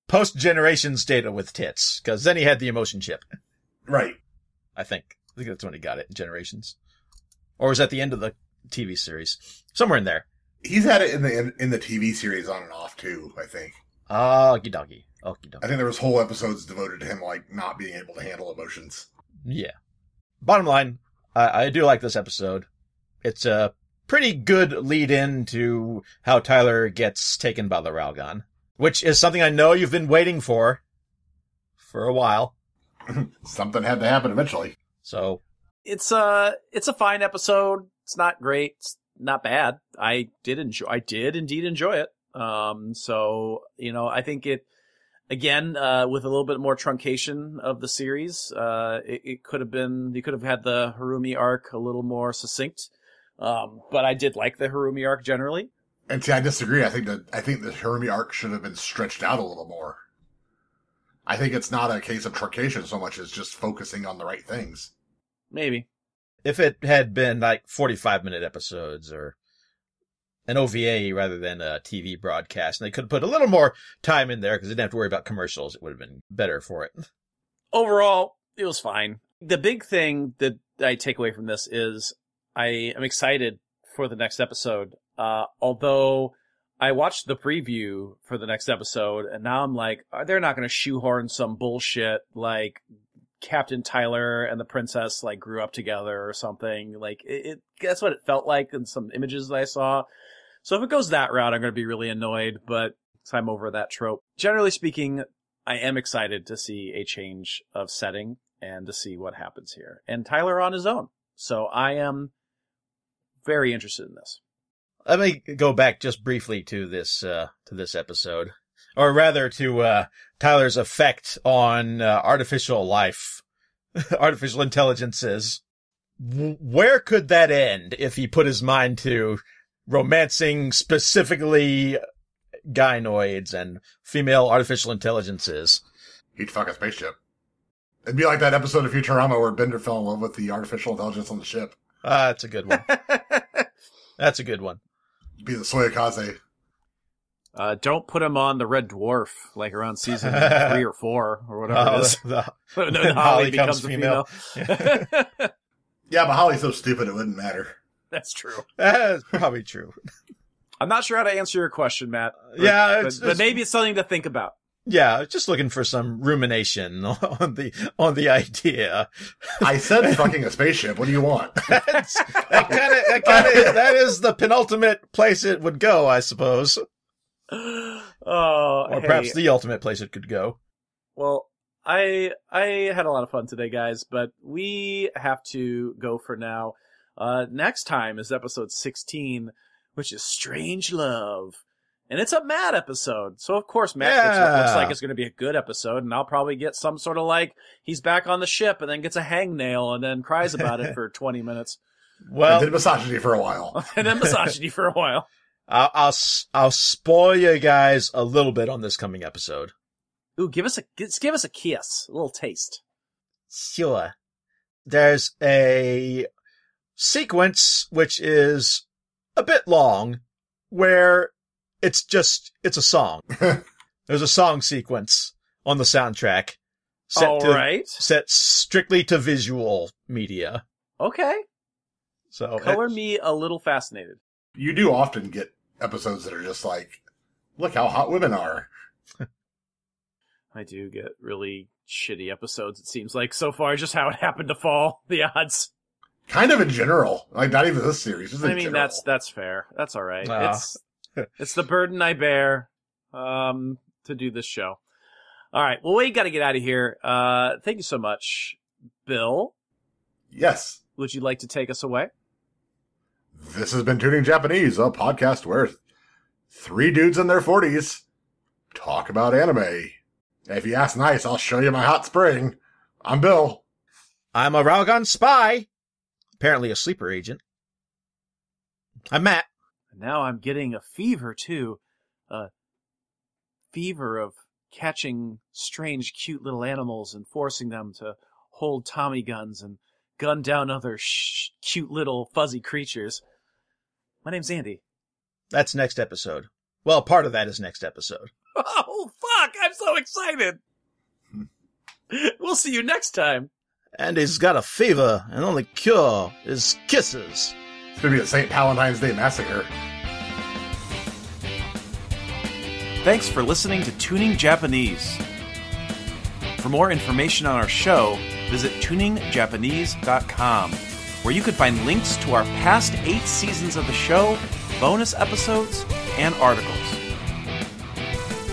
D: Post generations data with tits, because then he had the emotion chip.
E: Right.
D: I think. I think that's when he got it, Generations. Or was that the end of the TV series? Somewhere in there.
E: He's had it in the in, in the TV series on and off too, I think.
D: Okie doggy. Okie
E: I
D: doggy.
E: think there was whole episodes devoted to him like not being able to handle emotions.
D: Yeah. Bottom line, I, I do like this episode. It's a pretty good lead in to how Tyler gets taken by the Ralgon, which is something I know you've been waiting for for a while.
E: Something had to happen eventually.
D: So,
C: it's a it's a fine episode. It's not great. It's not bad. I did enjoy. I did indeed enjoy it. Um, so you know, I think it again uh, with a little bit more truncation of the series. Uh, it, it could have been. You could have had the Harumi arc a little more succinct. Um, but I did like the Harumi arc generally.
E: And see, I disagree. I think that I think the Hermie arc should have been stretched out a little more. I think it's not a case of truncation so much as just focusing on the right things.
C: Maybe.
D: if it had been like 45 minute episodes or an OVA rather than a TV broadcast, and they could have put a little more time in there because they didn't have to worry about commercials, it would have been better for it.
C: overall, it was fine. The big thing that I take away from this is I am excited for the next episode. Uh, although I watched the preview for the next episode, and now I'm like, "Are- they're not going to shoehorn some bullshit like Captain Tyler and the princess like grew up together or something. Like it, it that's what it felt like in some images that I saw. So if it goes that route, I'm going to be really annoyed. But I'm over that trope. Generally speaking, I am excited to see a change of setting and to see what happens here. And Tyler on his own. So I am very interested in this.
D: Let me go back just briefly to this uh, to this episode, or rather to uh, Tyler's effect on uh, artificial life, artificial intelligences. W- Where could that end if he put his mind to romancing specifically gynoids and female artificial intelligences?
E: He'd fuck a spaceship. It'd be like that episode of Futurama where Bender fell in love with the artificial intelligence on the ship.
D: Ah, that's a good one. That's a good one.
E: Be the Soyakaze.
C: Uh, don't put him on the Red Dwarf like around season three or four or whatever
D: Oh,
C: it is.
D: the-
C: When
D: then Holly becomes
C: a
D: female.
C: female.
E: Yeah, but Holly's so stupid it wouldn't matter.
C: That's true.
D: that's probably true.
C: I'm not sure how to answer your question, Matt. but-
D: Yeah,
C: but,
D: it's-
C: but
D: it's-
C: maybe it's something to think about.
D: Yeah, just looking for some rumination on the on the idea.
E: I said fucking a spaceship. What do you want?
D: That's, that kind of that kind of that is the penultimate place it would go, I suppose,
C: Oh,
D: or
C: hey,
D: perhaps the ultimate place it could go.
C: well, I I had a lot of fun today, guys, but we have to go for now. Uh, next time is episode 16, which is Strange Love. And it's a Matt episode. So, of course, Matt gets what looks
D: Yeah.
C: like it's going to be a good episode. And I'll probably get some sort of like, he's back on the ship and then gets a hangnail and then cries about it for 20 minutes.
E: I did
D: Well,
E: misogyny for a while.
C: And then misogyny for a while.
D: I'll, I'll s- I'll spoil you guys a little bit on this coming episode.
C: Ooh, give us a give, give us a kiss, a little taste.
D: Sure, there's a sequence which is a bit long, where it's just it's a song. there's a song sequence on the soundtrack set
C: All
D: to
C: right,
D: set strictly to visual media.
C: okay.
D: So
C: Color
D: it-
C: me a little fascinated.
E: you do often get episodes that are just like, look how hot women are.
C: I do get really shitty episodes. It seems like so far, just how it happened to fall. The odds.
E: Kind of in general. Like, not even this series. Just in
C: I mean,
E: general.
C: that's that's fair. That's all right.
D: Ah.
C: It's it's the burden I bear um, to do this show. All right. Well, we got to get out of here. Uh, thank you so much, Bill.
E: Yes.
C: Would you like to take us away?
E: This has been Tuning Japanese, a podcast where three dudes in their 40s talk about anime. If you ask nice, I'll show you my hot spring. I'm Bill.
D: I'm a Ralgon spy, apparently a sleeper agent. I'm Matt.
C: Now I'm getting a fever too. A fever of catching strange, cute little animals and forcing them to hold Tommy guns and gun down other sh- cute little fuzzy creatures. My name's Andy.
D: That's next episode. Well, part of that is next episode.
C: Oh, fuck! I'm so excited! we'll see you next time.
D: And he's got a fever, and only cure is kisses.
E: It's going to be a St. Valentine's Day massacre.
B: Thanks for listening to Tuning Japanese. For more information on our show, visit tuningjapanese.com, where you can find links to our past eight seasons of the show, bonus episodes, and articles.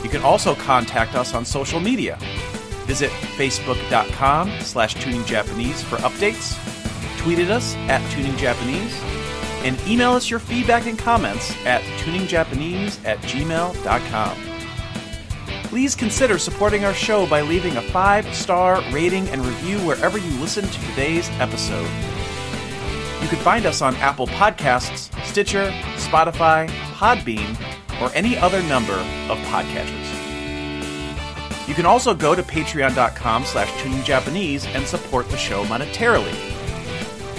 B: You can also contact us on social media. Visit facebook.com slash tuningjapanese for updates, tweet at us at tuningjapanese, and email us your feedback and comments at tuningjapanese at gmail.com. Please consider supporting our show by leaving a five star rating and review wherever you listen to today's episode. You can find us on Apple Podcasts, Stitcher, Spotify, Podbean, or any other number of podcatchers. You can also go to patreon.com slash tuningjapanese and support the show monetarily.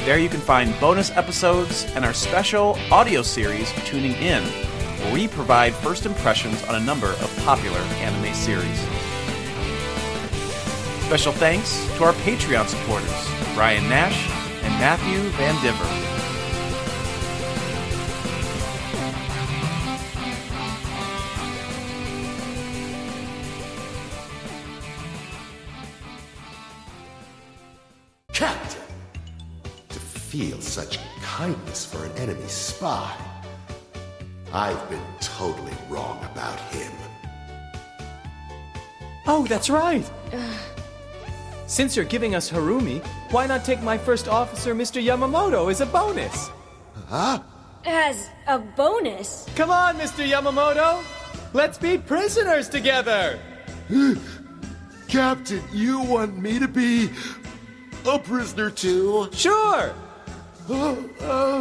B: There you can find bonus episodes and our special audio series, Tuning In, where we provide first impressions on a number of popular anime series. Special thanks to our Patreon supporters, Ryan Nash and Matthew Van Diver.
G: Captain! To feel such kindness for an enemy spy. I've been totally wrong about him.
H: Oh, that's right. Since you're giving us Harumi, why not take my first officer, Mr. Yamamoto, as a bonus?
I: As a bonus,
H: Come on, Mr. Yamamoto! Let's be prisoners together!
G: Captain, you want me to be a prisoner too?
H: Sure!
G: Oh,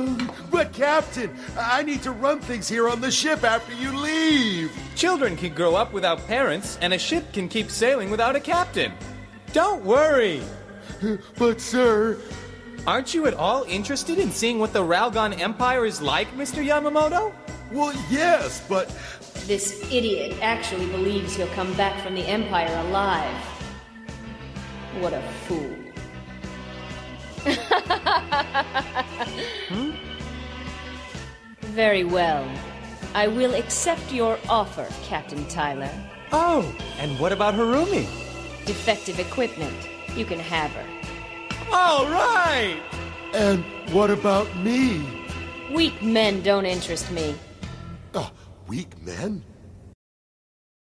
G: um, but Captain, I need to run things here on the ship after you leave.
H: Children can grow up without parents, and a ship can keep sailing without a captain. Don't worry!
G: But sir,
H: Aren't you at all interested in seeing what the Ralgon Empire is like, Mr. Yamamoto?
G: Well, yes, but
I: This idiot actually believes he'll come back from the Empire alive. What a fool. Very well. I will accept your offer, Captain Tyler.
H: Oh, and what about Harumi?
I: Defective equipment. You can have her.
H: All right!
G: and what about me?
I: Weak men don't interest me.
G: Oh, weak men?